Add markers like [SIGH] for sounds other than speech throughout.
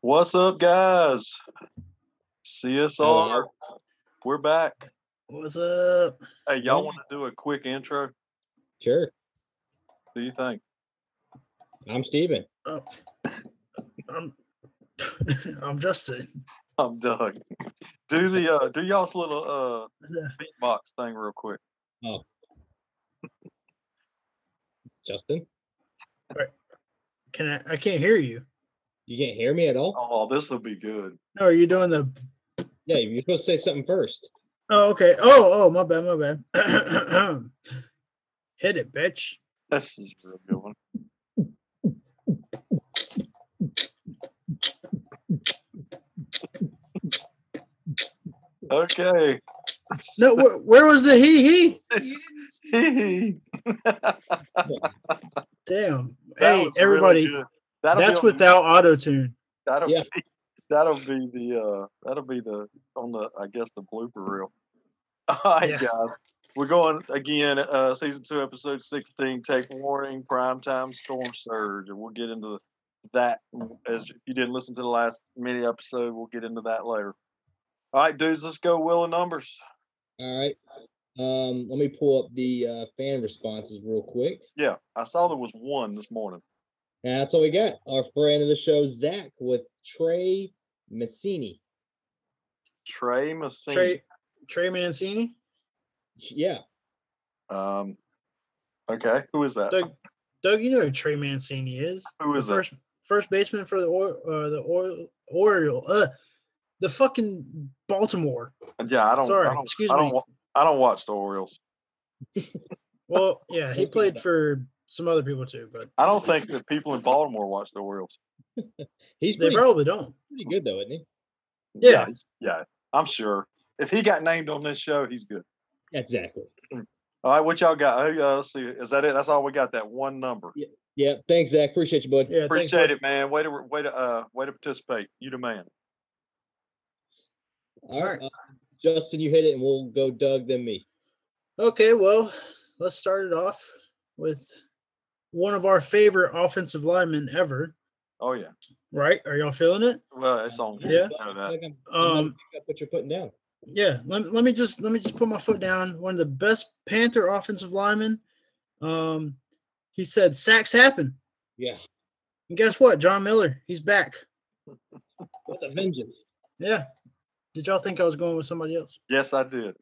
What's up, guys? CSR. Hello. We're back. What's up? Hey, y'all Yeah. want to do a quick intro? Sure. Do you think? [LAUGHS] I'm Steven. Uh, I'm [LAUGHS] I'm Justin. I'm Doug. Do the uh do y'all's [LAUGHS] little uh beatbox thing real quick. Justin, Can I? I can't hear you. you can't hear me at all? Oh, this'll be good. No, are you doing the? Yeah, you're supposed to say something first. Oh, okay. Oh, oh, my bad, my bad. [CLEARS THROAT] Hit it, bitch. This is a real good one. Okay. [LAUGHS] No, wh- where was the he he? Damn. That hey, was really everybody. good. That'll be that's on- without auto tune. That'll Yeah. be, [LAUGHS] that'll be the uh that'll be the on the I guess the blooper reel. [LAUGHS] All right, Yeah. guys. We're going again, uh season two, episode sixteen, take warning, primetime storm surge. And we'll get into that as if you didn't listen to the last mini episode, we'll get into that later. All right, dudes, let's go will and numbers. All right. Um, let me pull up the uh, fan responses real quick. Yeah, I saw there was one this morning. And that's all we got. Our friend of the show, Zach, with Trey Mazzini. Trey Messina. Trey Trey Mancini. Yeah. Um okay, who is that? Doug, Doug, you know who Trey Mancini is. who The is that? first first baseman for the or uh, the or Oriole. Uh, the fucking Baltimore. Yeah, I don't Sorry, I don't, excuse I don't me. wa- I don't watch the Orioles. [LAUGHS] Well, yeah, he Thinking played about- for some other people too, but I don't think that people in Baltimore watch the Orioles. He's they pretty, probably don't. pretty good, though, isn't he? Yeah. he's- yeah, I'm sure. If he got named on this show, he's good. Exactly. All right, what y'all got? Hey, Uh, let's see, is that it? That's all we got. That one number. Yeah. Thanks, Zach. Appreciate you, bud. Yeah, thanks, Appreciate bud. it, man. Way to way to uh way to participate. You the man. All right. uh, Justin, you hit it, and we'll go Doug, then me. Okay, well, let's start it off with one of our favorite offensive linemen ever. Oh yeah. Right? Are y'all feeling it? Well, it's on. you, Yeah. you know I that. feel like I'm- I'm not Um, picking up what you're putting down. yeah. Let, let me just let me just put my foot down. One of the best Panther offensive linemen. Um, he said sacks happen, Yeah. and guess what? John Miller, he's back. With a vengeance. Yeah. Did y'all think I was going with somebody else? Yes, I did.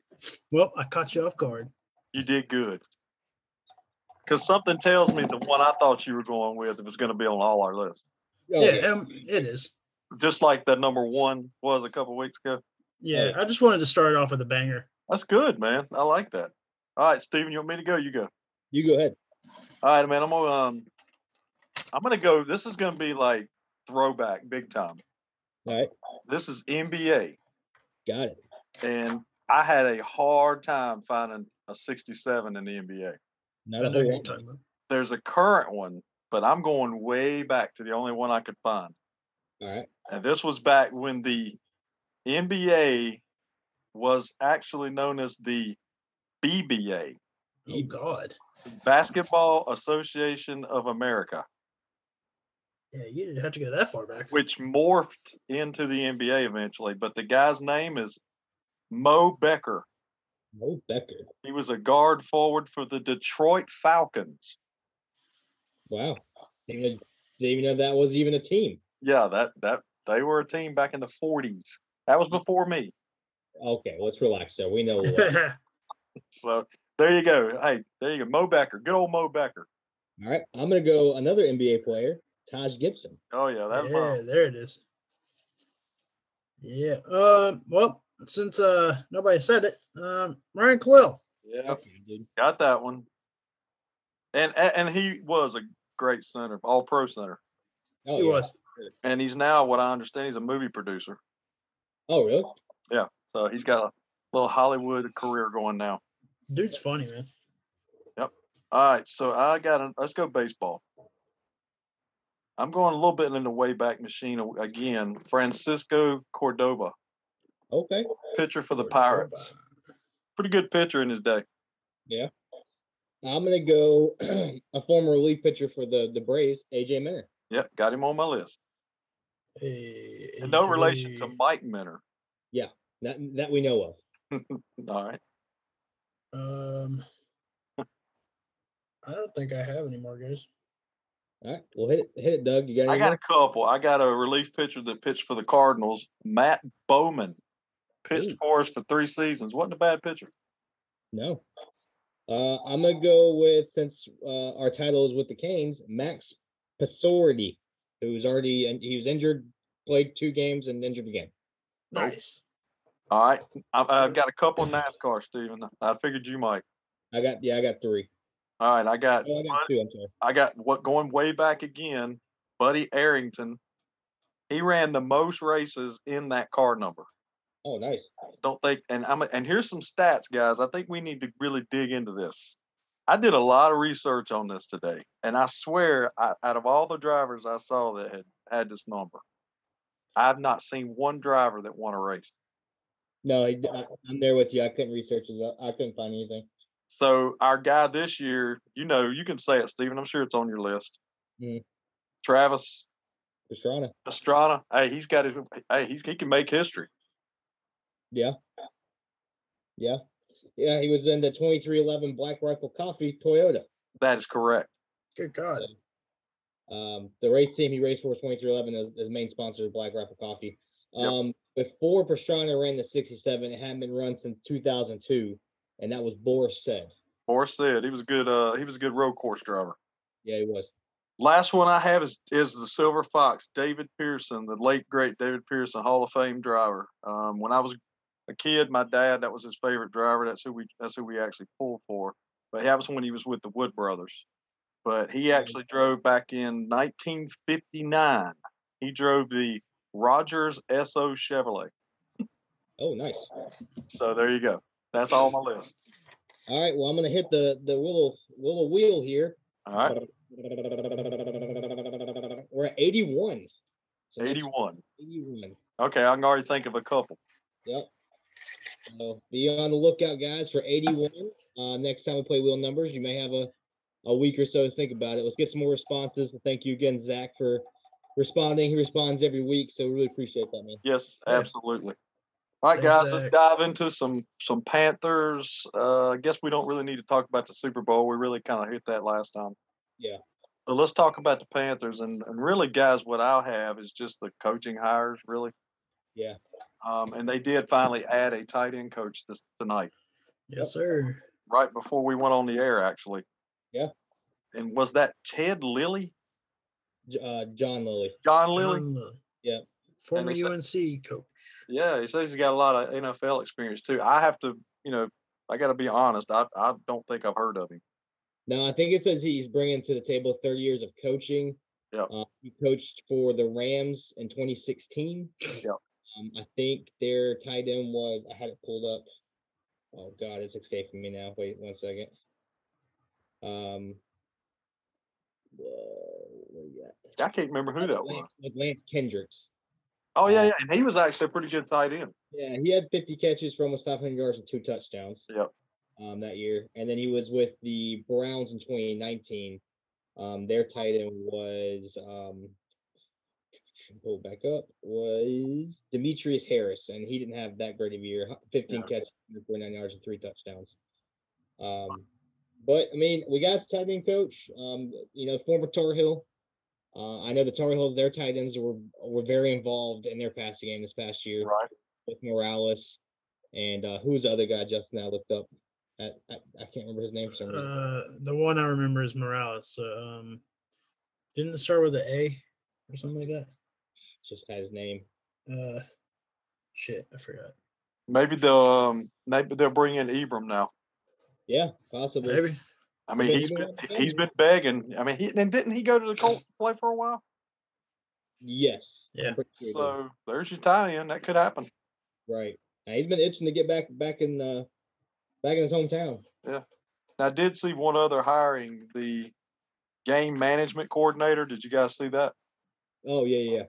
Well, I caught you off guard. You did good. Because something tells me the one I thought you were going with was going to be on all our lists, Oh, yeah, Um, it is. just like the number one was a couple weeks ago. Yeah, Hey. I just wanted to start off with a banger. That's good, man. I like that. All right, Steven, you want me to go? You go. You go ahead. All right, man. I'm gonna um, I'm gonna go. This is gonna be like throwback, big time. All right. This is NBA, Got it. and I had a hard time finding a 67 in the NBA. Not I a know whole who you're lot. talking about. There's a current one, but I'm going way back to the only one I could find, All right. and this was back when the NBA was actually known as the BBA, Oh God. Basketball Association of America, Yeah, you didn't have to go that far back. which morphed into the NBA eventually. But the guy's name is Mo Becker. Mo Becker. He was a guard forward for the Detroit Falcons. Wow. Didn't even, didn't even know that was even a team. Yeah, that that they were a team back in the '40s. That was before me. Okay, let's relax there. We know [LAUGHS] what. All [LAUGHS] yeah, So there you go. Hey, there you go. Mo Becker, good old Mo Becker. right. I'm gonna go another NBA player, Taj Gibson. Oh yeah, that's mine. there it is. Yeah. Um. Well, since uh nobody said it, um, Ryan Quill. yeah, Okay, dude. got that one. And a- and he was a great center, all pro center, Oh, He yeah. was. and he's now what I understand he's a movie producer. Oh, really? So he's got a little Hollywood career going now. Dude's funny, man. All right, so I got an, let's go baseball. I'm going a little bit in the wayback machine a- again. Francisco Cordova, Okay. pitcher for the Pirates. Pretty good pitcher in his day. I'm gonna go [CLEARS THROAT] a former relief pitcher for the the Braves, AJ Minner. Yep, got him on my list. And no relation to AJ. Mike Minner. That that we know of. All right. [LAUGHS] Um, I don't think I have any more guys. All right, well hit it, hit it, Doug. You got? I any got a more? couple. I got a relief pitcher that pitched for the Cardinals, Matt Bowman. Pitched Ooh. for us for three seasons. Wasn't a bad pitcher. No. Uh, I'm gonna go with since uh, our title is with the Canes, Max Pasordi, who's already and he was injured, played two games and injured again. Nope. Nice. All right. I've, I've got a couple NASCAR, Steven. I figured you might. I got yeah, I got three. All right. I got Oh, I got two. I'm sorry. I got what going way back again, Buddy Arrington. He ran the most races in that car number. Oh, nice. Don't think and I'm and here's some stats, guys. I think we need to really dig into this. I did a lot of research on this today, and I swear, I, out of all the drivers I saw that had had this number, I've not seen one driver that won a race. No, I, am there with you. I couldn't research it. up. I couldn't find anything. So our guy this year, you know, you can say it, Steven. I'm sure it's on your list. Mhm. Travis Pastrana. Pastrana, hey, he's got his. Hey, he's, he can make history. Yeah. Yeah. Yeah, he was in the 2311 Black Rifle Coffee Toyota. That is correct. Good God. Um, the race team he raced for was 2311 as, as main sponsor of Black Rifle Coffee. Yep. Um, Before Pastrana ran the 67, it hadn't been run since 2002, and that was Boris said. Boris said he was a good. Uh, he was a good road course driver. Yeah, he was. Last one I have is is the Silver Fox, David Pearson, the late great David Pearson, Hall of Fame driver. Um, when I was a kid, my dad that was his favorite driver. That's who we that's who we actually pulled for. But that was when he was with the Wood Brothers. But he actually drove back in 1959. He drove the Rogers SO Chevrolet. Oh, nice. So there you go. That's all my list. All right. Well, I'm gonna hit the the little little wheel here. All right, We're at 81. So that's 81. 81. Okay, I can already think of a couple. So be on the lookout, guys, for 81. Uh, next time we play wheel numbers, you may have a, a week or so to think about it. Let's get some more responses. And thank you again, Zach, for responding. He responds every week, so really appreciate that, man. Yes, Yeah. absolutely. All right, guys, let's dive into some some Panthers. Uh, I guess we don't really need to talk about the Super Bowl. We really kind of hit that last time. Yeah. But let's talk about the Panthers and, and really, guys, what I'll have is just the coaching hires, really. Yeah. Um, and they did finally add a tight end coach this tonight, Yes, sir. right before we went on the air, actually. Yeah. And was that Ted Lilly? J- Uh, John Lilly. John Lilly? John Lilly. Yeah. Former they said- UNC coach. Yeah, he says he's got a lot of NFL experience too. I have to, you know, I got to be honest. I, I don't think I've heard of him. No, I think it says he's bringing to the table 30 years of coaching. Yeah. Uh, he coached for the Rams in 2016. Yeah. Um, I think their tight end was, I had it pulled up. Oh, God, it's escaping me now. Wait one second. Um, whoa, where we at? I can't remember who that was. Lance, was Lance Kendricks. Oh yeah, yeah, and he was actually a pretty good tight end. Yeah, he had 50 catches for almost 500 yards and two touchdowns. Yep. Um, that year, and then he was with the Browns in 2019. Um, their tight end was um, pull back up was Demetrius Harris, and he didn't have that great of a year. hu- 15 Yeah. catches, 49 yards, and three touchdowns. Um, but I mean, we got a tight end coach. Um, you know, former Tar Heel. Uh, I know the Tar Heels, their tight ends were were very involved in their passing game this past year Right. with Morales and uh, who's the other guy Justin I looked up. I, I, I can't remember his name for some reason. Uh, the one I remember is Morales. So, um, didn't it start with an A or something like that? Just had his name. Uh, shit, I forgot. Maybe they'll um, maybe they'll bring in Ibram now. Yeah, possibly. Maybe. I mean, Okay, he's you know been what I'm he's saying? been begging. I mean, he and didn't he go to the Colts to play for a while? Yes. I'm Yeah. pretty sure he did. So there's your tight end. That could happen. Right. Now, he's been itching to get back back in uh, back in his hometown. And I did see one other hiring, the game management coordinator. Did you guys see that? Oh yeah, yeah.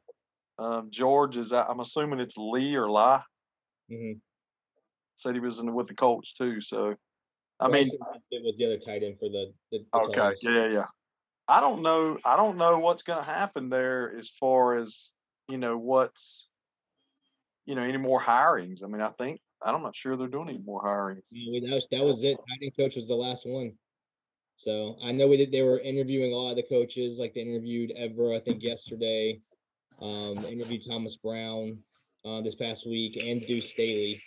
Um, George is. I'm assuming it's Lee or Lie. yeah. Mhm. Said he was in with the Colts too. So, I Well, mean, Oh, said it was the other tight end for the. the, the Okay, Tigers. yeah, yeah. I don't know. I don't know what's going to happen there as far as you know, what's, you know, any more hirings. I mean, I think, I'm not sure they're doing any more hiring. Yeah, we- that was that was it. Tight end coach was the last one. So I know we did. They were interviewing a lot of the coaches. Like they interviewed Evra, I think yesterday. Um, they interviewed Thomas Brown uh, this past week and Deuce Staley.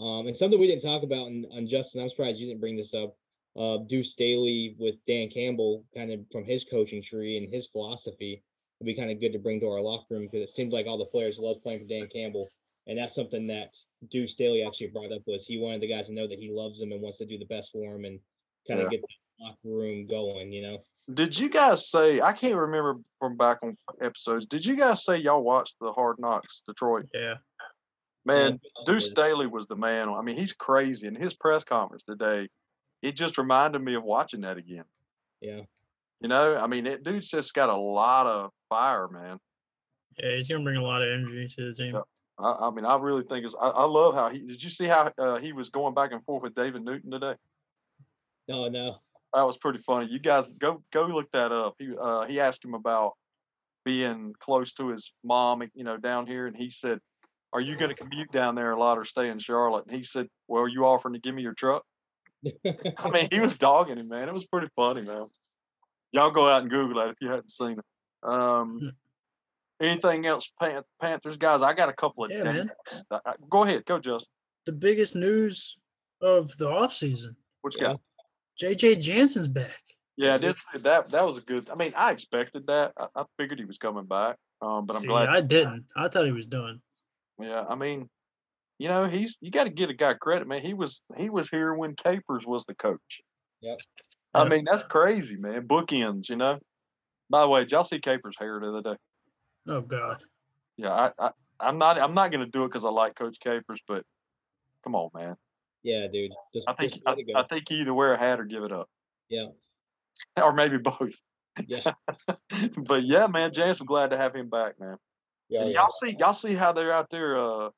Um, and something we didn't talk about, and, and Justin, I'm surprised you didn't bring this up. Uh, Deuce Staley with Dan Campbell, kind of from his coaching tree and his philosophy, would be kind of good to bring to our locker room because it seems like all the players love playing for Dan Campbell and that's something that Deuce Daly actually brought up was he wanted the guys to know that he loves them and wants to do the best for them and kind of Yeah. get that locker room going, you know. Did you guys say, I can't remember from back on episodes, did you guys say y'all watched the Hard Knocks Detroit? Yeah. Man, Yeah. Deuce Staley was the man. I mean, he's crazy. And his press conference today, it just reminded me of watching that again. Yeah. You know, I mean, that dude's just got a lot of fire, man. Yeah, he's gonna bring a lot of energy to the team. I, I mean, I really think it's. I, I love how he. Did you see how uh, he was going back and forth with David Newton today? No, [LAUGHS] Oh, no. [LAUGHS] That was pretty funny. You guys go go look that up. He uh, he asked him about being close to his mom, you know, down here, and he said, "Are you going to commute down there a lot or stay in Charlotte?" And he said, "Well, are you offering to give me your truck?" [LAUGHS] I mean, he was dogging him, man. It was pretty funny, man. Y'all go out and Google that if you hadn't seen it. Um, anything else, Pan- Panthers guys? I got a couple of. Yeah, man. dates. I- I- Go ahead, go Justin. The biggest news of the offseason. What you Yeah. got? JJ Jansen's back. Yeah, I Mhm. did see that. That was a good. I mean, I expected that. I, I figured he was coming back, um, but I'm See, glad. I didn't. I thought he was done. yeah, I mean, you know, he's you got to get a guy credit, man. He was he was here when Capers was the coach. Yep. I Yep. mean, that's crazy, man. Bookends, you know. By the way, did y'all see Capers' hair the other day? Oh God. Yeah, I, I I'm not I'm not gonna do it because I like Coach Capers, but come on, man. yeah, dude. Just, I think just I, let it I go. think you either wear a hat or give it up. Yeah. [LAUGHS] Or maybe both. Yeah. [LAUGHS] but yeah, man, Jance, I'm glad to have him back, man. Yeah, And yeah. y'all see y'all see how they're out there uh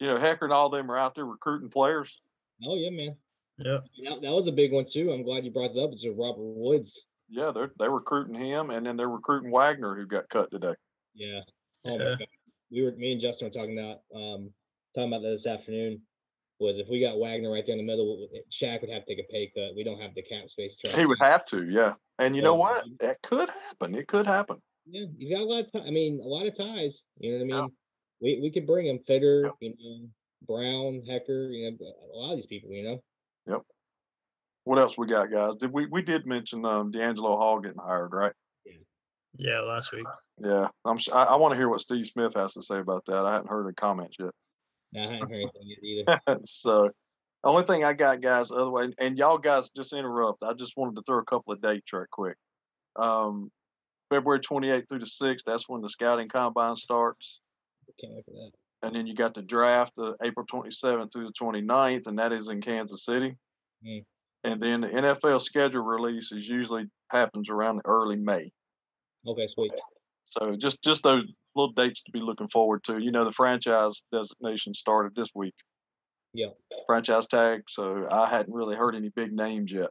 you know, Hecker and all them are out there recruiting players. Oh yeah, man. Yep. That, that was a big one too. I'm glad you brought that up. It's a Robert Woods. Yeah, they're they're recruiting him and then they're recruiting Wagner who got cut today. Yeah. Oh my Yeah. god. We were me and Justin were talking about um talking about that this afternoon. Was if we got Wagner right there in the middle, Shaq would have to take a pay cut. We don't have the cap space. to try to He would have to, yeah. And you Yeah. know what? That could happen. It could happen. Yeah, you got a lot of time. I mean, a lot of ties. You know what I mean? Yeah. We we could bring him Fitter, Yep. you know, Brown, Hecker, you know, a lot of these people. You know, What else we got, guys? Did we we did mention um D'Angelo Hall getting hired, right? Yeah, last week. Yeah, I'm. s- I, want to hear what Steve Smith has to say about that. I haven't heard a comment yet. [LAUGHS] Nah, I hadn't heard anything yet either. so, only thing I got, guys. Other way, and y'all guys just interrupt. I just wanted to throw a couple of dates right quick. Um, February 28th through the 6th. That's when the scouting combine starts, Can't wait for that. and then you got the draft, uh, April 27th through the 29th, and that is in Kansas City. Mm. And then the NFL schedule release is usually happens around early May. Okay, sweet. So just just those little dates to be looking forward to. You know, the franchise designation started this week. Yeah. Franchise tag. So I hadn't really heard any big names yet,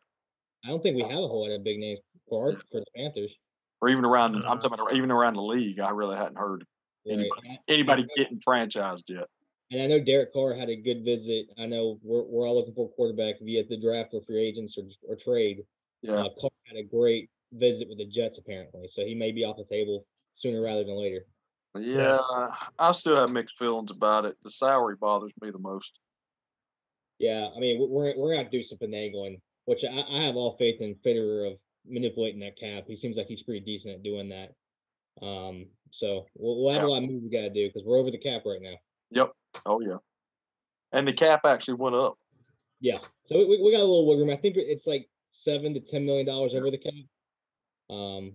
I don't think we have a whole lot of big names for our, for the Panthers. or even around. I'm Uh, talking about even around the league. I really hadn't heard right? Anybody. And I- anybody Yeah. getting franchised yet. And I know Derek Carr had a good visit. I know we're we're all looking for a quarterback via the draft or free agents or or trade. Yeah. Uh, Carr had a great visit with the Jets apparently, so he may be off the table sooner rather than later. Yeah. I still have mixed feelings about it. The salary bothers me the most. Yeah, I mean, we- we're we're gonna have to do some finagling, which I, I have all faith in Federer of manipulating that cap. He seems like he's pretty decent at doing that. Um, so we'll, we'll have a lot of moves we gotta do because we're over the cap right now. Yep. Oh yeah. And the cap actually went up. Yeah, so we, we we got a little wiggle room. I think it's like seven to ten million dollars over the cap. Um,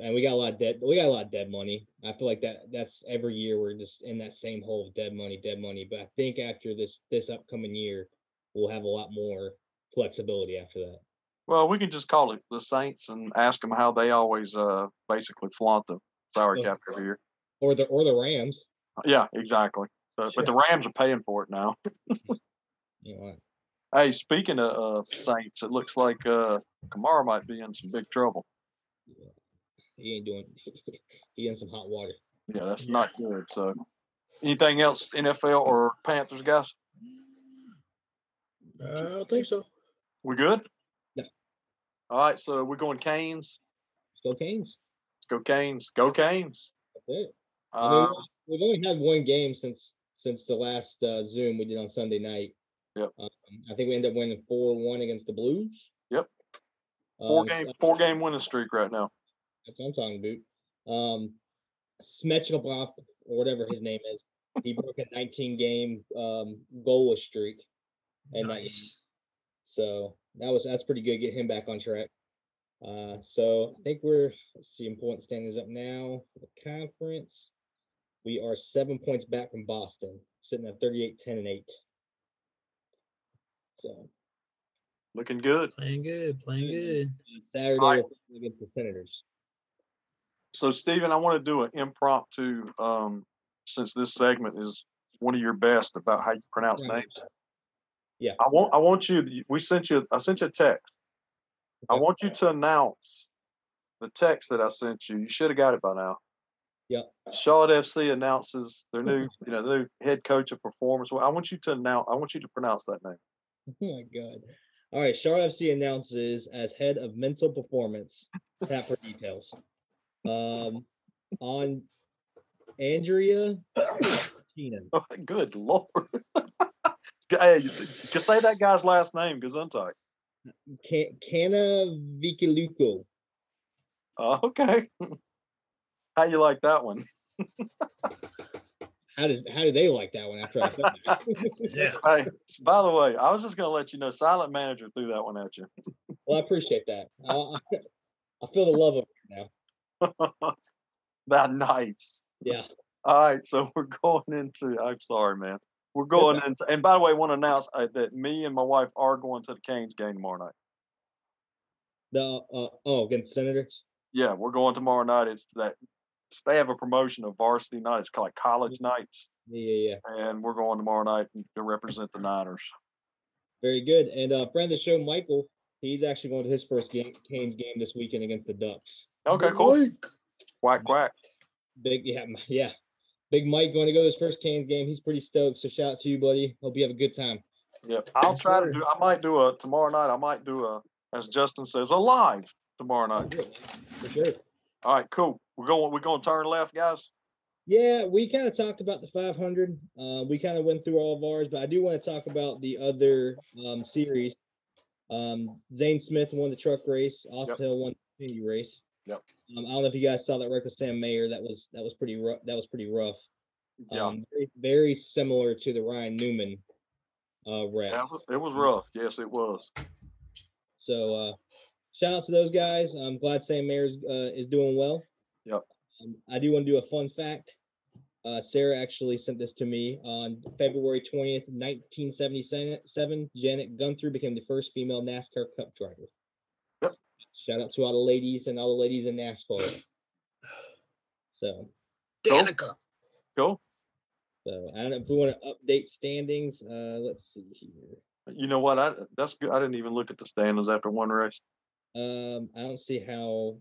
and we got a lot of debt. We got a lot of dead money. I feel like that that's every year we're just in that same hole of dead money, dead money. But I think after this this upcoming year, we'll have a lot more flexibility after that. Well, we can just call it the Saints and ask them how they always uh basically flaunt the salary Okay. cap every year. Or the or the Rams. Yeah, exactly. So, Sure. but the Rams are paying for it now. You know, Hey, speaking of uh, Saints, it looks like uh, Kamara might be in some big trouble. [LAUGHS] he ain't doing. He in some hot water. Yeah, that's Yeah. not good. So, anything else NFL or Panthers guys? I don't think so. We good? Yeah. All right, so we're going Canes. Still Canes. Go Canes. Go Canes. That's it. I mean, Uh, we've only had one game since since the last uh, Zoom we did on Sunday night. Yep. Um, I think we ended up winning four one against the Blues. Yep. four Um, game so- four game winning streak right now. That's what I'm talking about. Um, Smetchnikoff, or whatever his name is, he broke a 19 game um, goalless streak. And that- nice. So that was that's pretty good. Get him back on track. Uh, so I think we're let's see important standings up now. for The conference, we are seven points back from Boston, sitting at 38, 10, and eight. So Looking good. Playing good. Playing good. Saturday Alright. we're against the Senators. So, Steven, I want to do an impromptu um, since this segment is one of your best about how you pronounce Right. names. Yeah. I want I want you we sent you I sent you a text. I Okay. want you to announce the text that I sent you. You should have got it by now. Yep. Charlotte FC announces their [LAUGHS] new, you know, their new head coach of performance. Well, I want you to announce I want you to pronounce that name. [LAUGHS] Oh my god. All right, Charlotte FC announces as head of mental performance. Tap for details. Um, on Andrea Keenan. [LAUGHS] Good lord. hey, you, you can say that guy's last name, Gazuntai. Can- Canna Vikiluko. Uh, okay. How you like that one? [LAUGHS] How does how do they like that one after I said that? Yeah. Hey, s- by the way, I was just going to let you know, Silent Manager threw that one at you. [LAUGHS] well, I appreciate that. I, I, I feel the love of it now. that nights. Yeah. All right, so we're going into. I'm sorry, man. We're going okay. into. And by the way, I want to announce uh, that me and my wife are going to the Canes game tomorrow night. The uh, oh against Senators. Yeah, we're going tomorrow night. It's that they have a promotion of varsity night. It's called college nights, Yeah, yeah, yeah. and we're going tomorrow night to represent the Niners. Very good. And uh, friend of the show, Michael, he's actually going to his first game, Canes game this weekend against the Ducks. Okay, Good cool. work. Quack quack. Big yeah, m- yeah. Big Mike going to go to his first Canes game. He's pretty stoked. So shout out to you, buddy. Hope you have a good time. Yeah, I'll Yes, try to sir. do. I might do a tomorrow night. I might do a, as Justin says, a live tomorrow night. For sure. All right, cool. We're going. We're going to turn left, guys. Yeah, we kind of talked about the 500. Uh, we kind of went through all of ours, but I do want to talk about the other um, series. Um, Zane Smith won the truck race. Austin Yep. Hill won the Indy race. Yep. Um, I don't know if you guys saw that record with Sam Mayer. That was that was pretty rough. That was pretty rough. Yeah, Um, very, very similar to the Ryan Newman uh, wreck. that was- it was rough. Yes, it was. So uh, shout out to those guys. I'm glad Sam Mayer's uh, is doing well. Yep. Um, I do want to do a fun fact. Uh, Sarah actually sent this to me on February 20th, 1977. Janet Gunther became the first female NASCAR Cup driver. Yep. Shout out to all the ladies and all the ladies in NASCAR. So, Cool. Danica. Cool. so I don't know if we want to update standings. Uh, let's see here. You know what? I that's good. I didn't even look at the standings after one race. Um, I don't see how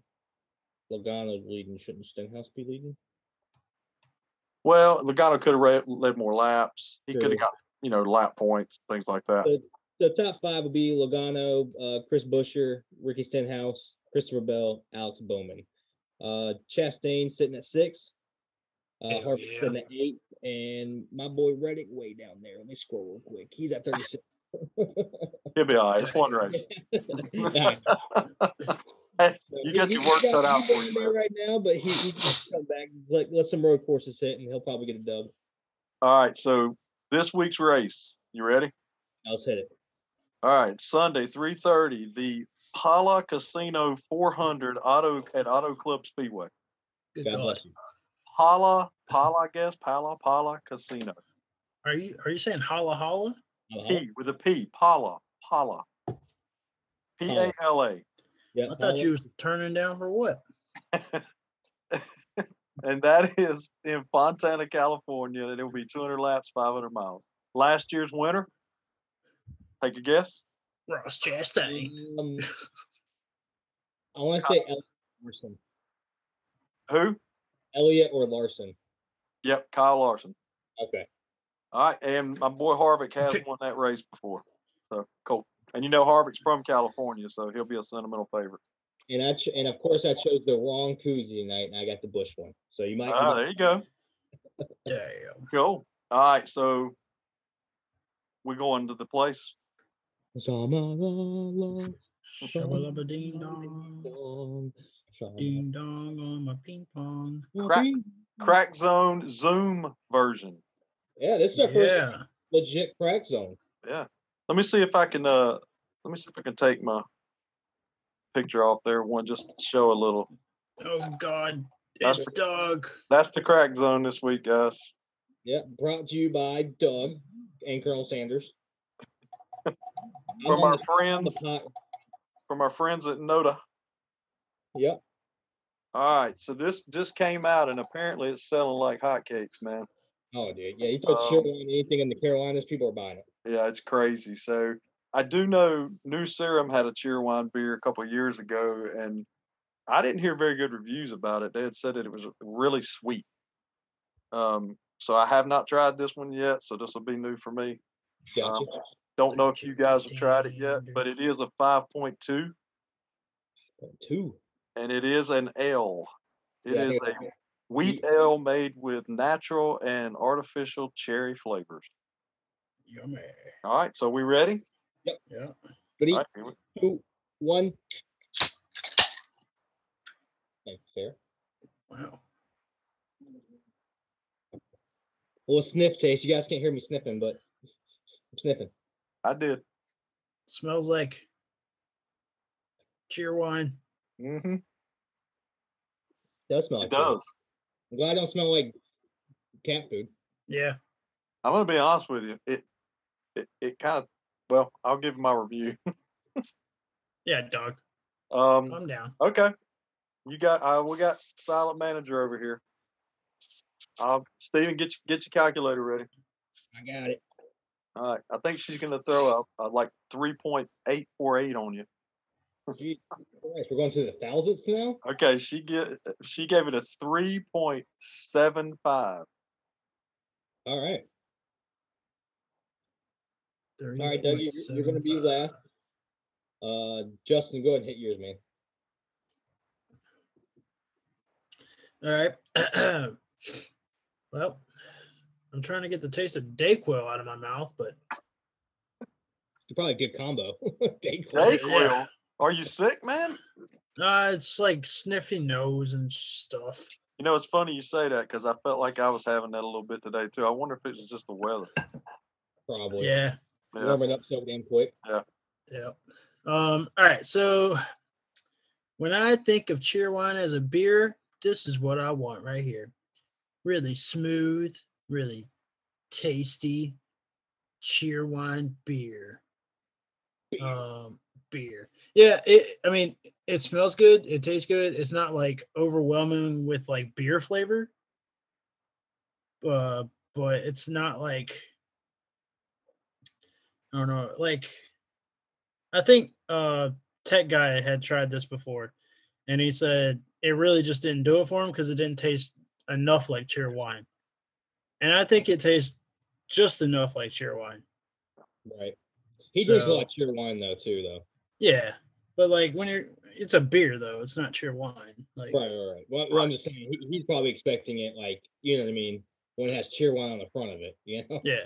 Logano's leading. Shouldn't Stenhouse be leading? Well, Logano could have led more laps. He could True. have got you know lap points, things like that. Good. the top five would be Logano, uh, Chris Busher, Ricky Stenhouse, Christopher Bell, Alex Bowman. Uh, Chastain sitting at six. Uh, Hell Harper yeah. sitting at eight, and my boy Reddick way down there. Let me scroll real quick. He's at [LAUGHS] thirty-six. He'll be all right. It's one [LAUGHS] race. Nah, so You he- got your he- work he cut out he's for you, down there man. right now, but he, he can come back. Just Let, let some road courses hit, and he'll probably get a dub. All right. So this week's race. You ready? Let's hit it. All right, Sunday, three thirty, the Pala Casino four hundred auto at Auto Club Speedway. Good God God. bless you. Pala, Pala, I guess Pala, Pala Casino. Are you are you saying holla holla? Uh-huh. P with a P, Pala, Pala, P A L A, Yeah, I thought Paula. you was turning down for what? and that [LAUGHS] is in Fontana, California, and it will be two hundred laps, five hundred miles. Last year's winner. Take a guess. Ross Chastain. Um, I want to say Ellen Larson. Who? Elliott or Larson? Yep, Kyle Larson. Okay. All right, and my boy Harvick has won that race before. So cool. And you know Harvick's from California, so he'll be a sentimental favorite. And I ch- and of course I chose the wrong koozie tonight, and I got the Bush one. So you might. All right, Ah, there you go. Damn. Cool. All right, so we're going to the place. Shamalala, Shabalaba ding dong. dong, [LAUGHS] shamalala. Ding dong on my ping pong. Crack. Crack Zone Zoom version. Yeah, this is our first Yeah. legit crack zone. Let me see if I can. Uh, let me see if I can take my picture off there one just to show a little. Oh God, That's- it's Doug. That's the Crack Zone this week, guys. Yep, brought to you by Doug and Colonel Sanders. I'm From on our the- on the friends, pot- from our friends at Noda. Yep, All right, so this just came out, and apparently it's selling like hotcakes, man. oh dude, yeah, you put Um, sugar on anything in the Carolinas, people are buying it. Yeah, it's crazy. So I do know New Serum had a Cheerwine beer a couple years ago, and I didn't hear very good reviews about it. They had said that it was really sweet. Um, so I have not tried this one yet, so this will be new for me. Gotcha. Um, Don't know if you guys have tried it yet, but it is a 5.2 Two. and it is an ale. It Yeah, I is think a I- wheat ale made with natural and artificial cherry flavors. Yummy. All right, so we ready? Yeah. Three, All right, here we- two, one. Thanks, sir. Wow. Well, sniff taste. You guys can't hear me sniffing, but I'm sniffing. I did. Smells like cheer wine. hmm Does smell It like cherry. does. I'm glad I don't smell like cat food. Yeah. I'm gonna be honest with you. It it, it kind of well, I'll give my review. [LAUGHS] Yeah, Doug. Um Calm down. okay. You got uh we got silent manager over here. Um Steven, get your get your calculator ready. I got it. All right. I think she's gonna throw up uh, like three point eight four eight on you. Jeez, Christ, we're going to the thousands now. Okay, she get uh, she gave it a three point seven five. All right, all right, Doug, you're, you're going to be last. Uh, Justin, go ahead and hit yours, man. All right. [CLEARS THROAT] well, I'm trying to get the taste of Dayquil out of my mouth, but It's probably a good combo. [LAUGHS] Dang, Yeah. Dayquil. Are you sick, man? uh, it's like sniffy nose and stuff. You know, it's funny you say that because I felt like I was having that a little bit today too. I wonder if it was just the weather. probably. Yeah. Yeah. Warming up so damn quick. Yeah. Um, all right. So when I think of cheer wine as a beer, this is what I want right here. Really smooth, really tasty cheer wine beer. Beer. Um, beer. Yeah. It, I mean, it smells good. It tastes good. It's not like overwhelming with like beer flavor. Uh, but it's not like, I don't know, like I think uh tech guy had tried this before and he said it really just didn't do it for him because it didn't taste enough like cheer wine. And I think it tastes just enough like cheer wine. Right. He drinks a So- lot of cheer wine though, too, though. Yeah. But like when you're it's a beer though, it's not cheer wine. Like Right, right, right. Well, well, I'm just saying he, he's probably expecting it like you know what I mean when it has cheer wine on the front of it. [LAUGHS] You know. yeah.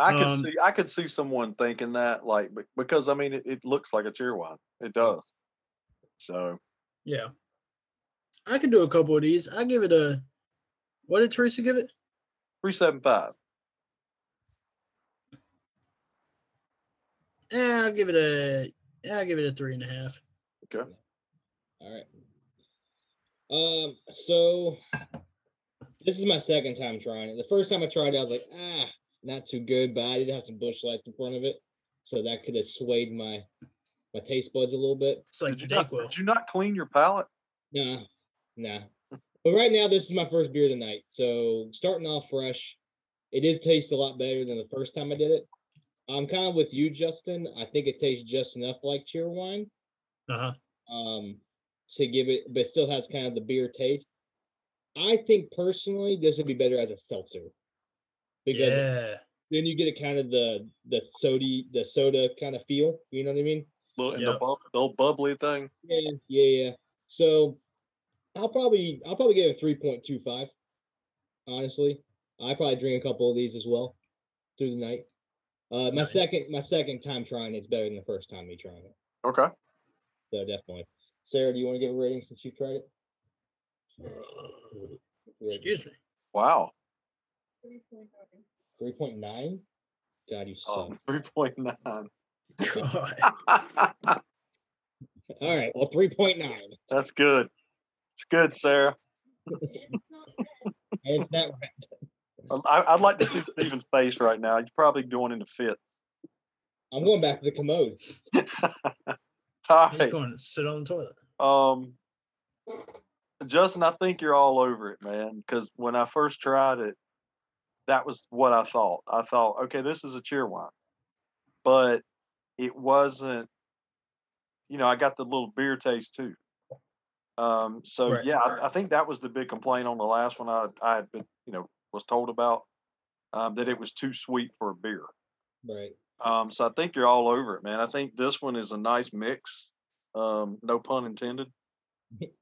I could Um, see I could see someone thinking that, like be- because I mean it, it looks like a cheerwine. It does. So Yeah. I could do a couple of these. I give it a what did Teresa give it? three seven five. Yeah, Eh, I'll give it a yeah, I'll give it a three and a half. All right. Um. So this is my second time trying it. The first time I tried it, I was like, ah, not too good. But I did have some bush lights in front of it, so that could have swayed my my taste buds a little bit. It's like Did you, not, Dayquil. did you not clean your palate? Nah, nah. But right now, this is my first beer tonight, so starting off fresh. It is taste a lot better than the first time I did it. I'm kind of with you, Justin. I think it tastes just enough like cheer wine. Uh huh. um to give it but still has kind of the beer taste I think personally, this would be better as a seltzer because yeah. then you get a kind of the the soda the soda kind of feel. You know what I mean? Look, and the, Yep. bub- the old bubbly thing. Yeah, yeah, yeah. So I'll probably I'll probably give it three point two five. Honestly, I probably drink a couple of these as well through the night. Uh, my Nice. second my second time trying it's better than the first time me trying it. Okay. So definitely. Sarah, do you want to give a rating since you tried it? Excuse me. [LAUGHS] Wow. Three point nine. God, you suck. Oh, 3.9. God. All right, well, three point nine. [LAUGHS] That's good. It's good, Sarah. And it's not right. Um, I, I'd like to see Steven's face right now. He's probably going into fit. I'm going back to the commode. All He's right. going to sit on the toilet. Um, Justin, I think you're all over it, man. Because when I first tried it, that was what I thought. I thought, okay, this is a cheer wine, but it wasn't. You know, I got the little beer taste too. Um, so Right. yeah, I, I think that was the big complaint on the last one. I I had been, you know, was told about um, that it was too sweet for a beer. Right. Um, so I think you're all over it, man. I think this one is a nice mix. Um, no pun intended.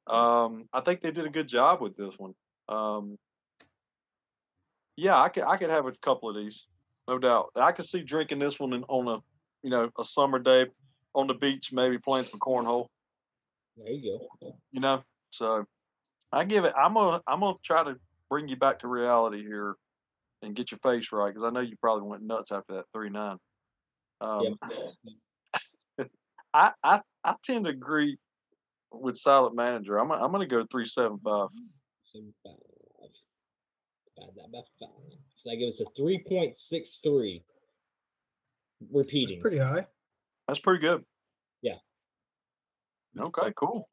Um, I think they did a good job with this one. Um, yeah, I could I could have a couple of these, no doubt. I could see drinking this one in, on a you know a summer day on the beach, maybe playing some cornhole. There you go. You know, so I give it. I'm gonna I'm gonna try to bring you back to reality here and get your face right because I know you probably went nuts after that three nine. Um, yep. I, I I tend to agree with Silent Manager. I'm gonna- I'm gonna go three seven five. Seven, five. Five, five, five, five. So that gives us a 3.63 It's repeating. pretty high. That's pretty good. Yeah. Okay. Cool.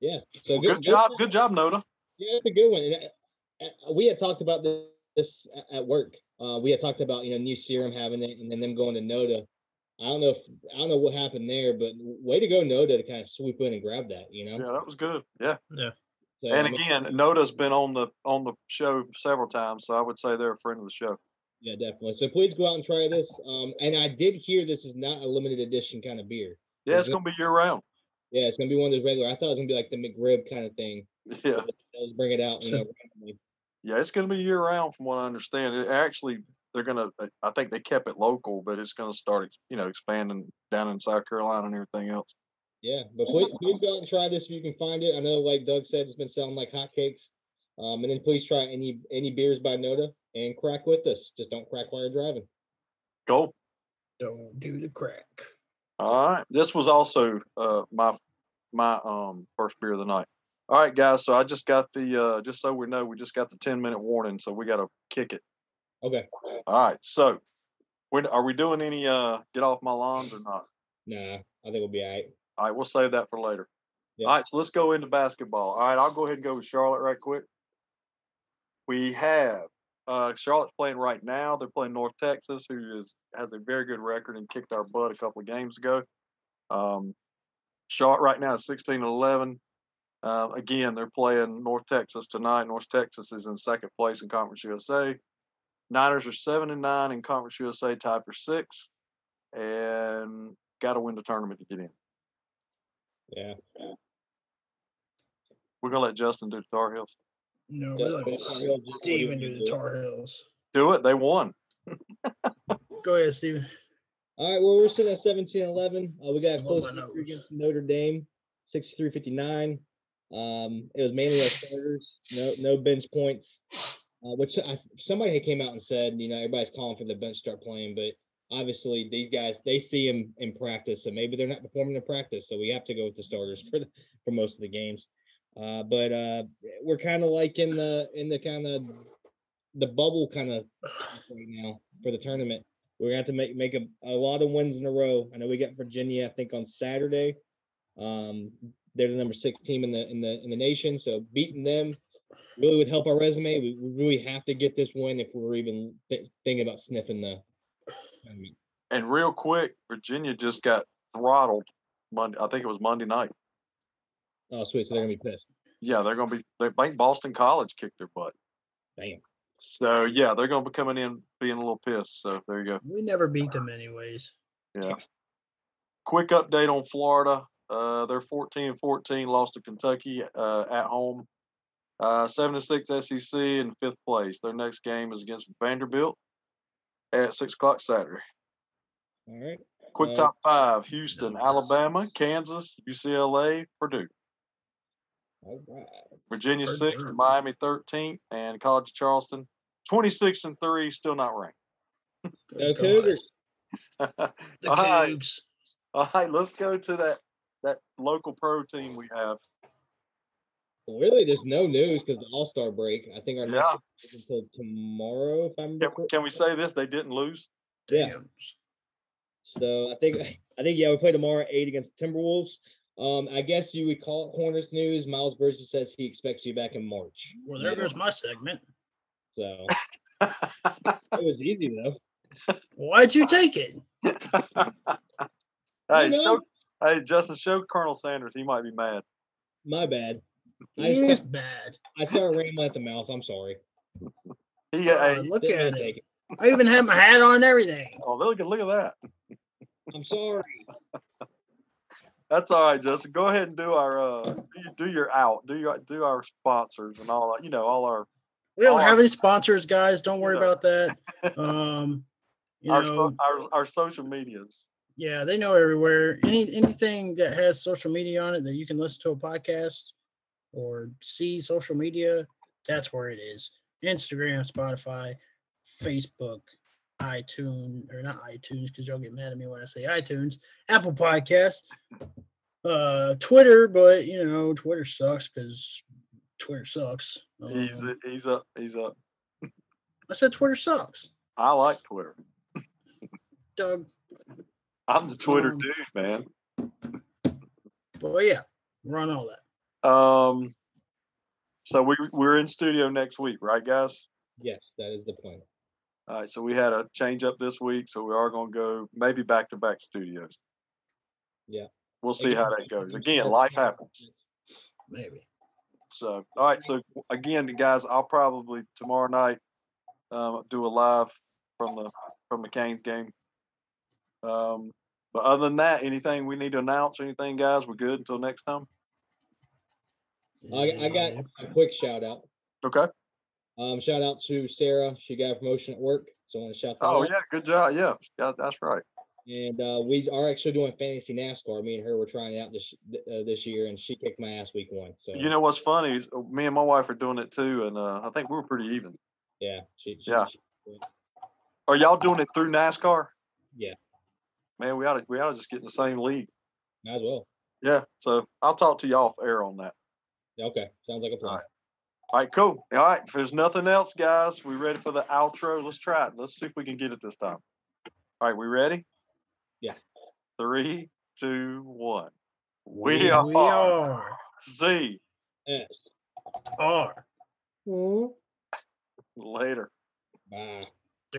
yeah. So Well, good, job. Good job, Noda. Yeah, that's a good one. And uh, uh, we had talked about this, this a- at work. Uh, we had talked about you know new serum having it, and then them going to Noda. I don't know if I don't know what happened there, but way to go, Noda, to kind of swoop in and grab that. You know. Yeah, that was good. Yeah. So, um, I And mean, again, Noda's been on the on the show several times, so I would say they're a friend of the show. Yeah, definitely. So please go out and try this. Um, and I did hear this is not a limited edition kind of beer. Yeah, it's Mhm. gonna be year round. [LAUGHS] Yeah, it's gonna be one of those regular. I thought it was gonna be like the McRib kind of thing. Yeah. They'll just bring it out. You So- know, randomly. Yeah, it's gonna be year round, from what I understand. It actually, they're gonna. I- I think they kept it local, but it's gonna start, ex- you know, expanding down in South Carolina and everything else. yeah. But please, please go out and try this if you can find it. I know, like Doug said, it's been selling like hotcakes. Um, and then please try any any beers by Noda and crack with us. Just don't crack while you're driving. Go. Don't do the crack. All right. This was also uh, my my um first beer of the night. All right, guys. So I just got the uh, just so we know, we just got the ten minute warning, so we got to kick it. Okay. All right. So when are we doing any uh get off my lawns or not? Nah, I think we'll be all right. All right, we'll save that for later. Yeah. All right, so let's go into basketball. All right, I'll go ahead and go with Charlotte right quick. We have uh, Charlotte's playing right now. They're playing North Texas, who is has a very good record and kicked our butt a couple of games ago. Um, Charlotte right now is 16 and 11. Uh, again, they're playing North Texas tonight. North Texas is in second place in Conference USA. Niners are seven and nine in Conference USA, tied for sixth, and got to win the tournament to get in. Yeah. We're gonna let Justin do the Tar Heels. No, Just we're put like it on the wheel, just put it Steven on the do the wheel. Tar Heels. Do it. They won. Go ahead, Steven. All right, well, we're sitting at 17 11. Uh, we got a Blow close my victory nose. against Notre Dame, 63 59. Um, it was mainly our starters, no, no bench points, uh, which I, somebody had came out and said, you know, everybody's calling for the bench to start playing, but obviously these guys, they see him in practice, so maybe they're not performing in practice, so we have to go with the starters [LAUGHS] for, the, for most of the games. Uh, but uh, we're kind of like in the in the kind of the bubble kind of right now for the tournament. We're gonna have to make make a, a lot of wins in a row. I know we got Virginia, I think on Saturday. Um, they're the number six team in the in the in the nation, so beating them really would help our resume. We, we really have to get this win if we're even th- thinking about sniffing the. tournament. And real quick, Virginia just got throttled Monday. I think it was Monday night. Oh, sweet! So they're gonna be pissed. yeah, they're going to be. They think Boston College kicked their butt. Damn. So yeah, they're going to be coming in being a little pissed. So there you go. We never beat them anyways. Quick update on Florida. Uh, they're 14 14, lost to Kentucky uh, at home. Uh, 7 to 6 SEC in fifth place. Their next game is against Vanderbilt at 6 o'clock Saturday. All right. Quick Uh, top five Houston, nice. Alabama, Kansas, UCLA, Purdue. All right. Virginia Purdue. sixth, Miami 13th, and College of Charleston 26 and 3, still not ranked. [LAUGHS] Go Good God. Cougars. The All right. Cougs. All right, let's go to that that local pro team we have. Really, there's no news because the All Star break. I think our next Yeah. is until tomorrow, if I remember. Can, correct- can we say this? They didn't lose. Yeah. Damn. So I think [LAUGHS] I think yeah, we play tomorrow at eight against the Timberwolves. Um, I guess you would call it Hornets news. Miles Bridges says he expects you back in March. Well, there goes my segment. [LAUGHS] So it was easy though. Why'd you take it? Hey, You know, show, hey, Justin, show Colonel Sanders. He might be mad. my bad. I He is just- bad. I started rambling at the mouth. I'm sorry. He, God, hey, Uh, look Didn't mean at to it. take it. I even had my hat on and everything. oh, look at look at that. I'm sorry. That's all right, Justin. Go ahead and do our uh, do your- do your out, do your do our sponsors and all. You know, all our We don't Oh, have I'm- any sponsors, guys. Don't worry No. about that. [LAUGHS] Um, you our, know, so, our our social medias. yeah, they know everywhere. Any anything that has social media on it that you can listen to a podcast or see social media, that's where it is. Instagram, Spotify, Facebook, iTunes, or not iTunes, because y'all get mad at me when I say iTunes, Apple Podcasts, uh, Twitter, but you know, Twitter sucks because Twitter sucks. He's Um, he's up. He's up. I said Twitter sucks. I like Twitter. Doug. I'm the Twitter Um, dude, man. But yeah, we're on all that. Um, so we we're in studio next week, right, guys? Yes, that is the plan. All right. So we had a change up this week, so we are going to go maybe back to back studios. Yeah. We'll see how that goes. Again, life happens. Maybe. So all right. So again, guys, I'll probably tomorrow night um, do a live from the from the Canes game. Um, but other than that, anything we need to announce? Anything, guys? We're good until next time. I, I got a quick shout out. Okay. Um, shout out to Sarah. She got a promotion at work, so I want to shout that Oh out. yeah, good job. Yeah, yeah that's right. And uh, we are actually doing fantasy NASCAR. Me and her were trying it out this th- uh, this year, and she kicked my ass week one. So You know what's funny? is, uh, Me and my wife are doing it too, and uh, I think we were pretty even. yeah, she, she- Yeah. she- Are y'all doing it through NASCAR? Yeah. Man, we ought to we ought to just get in the same league. might as well. Yeah. So I'll talk to y'all off air on that. Okay, sounds like a plan. Alright. All right, cool. All right. If there's nothing else, guys, we ready for the outro? Let's try it. Let's see if we can get it this time. All right, we ready? Yeah. Three, two, one. We We are- are. Z Yes. are. later. Bye.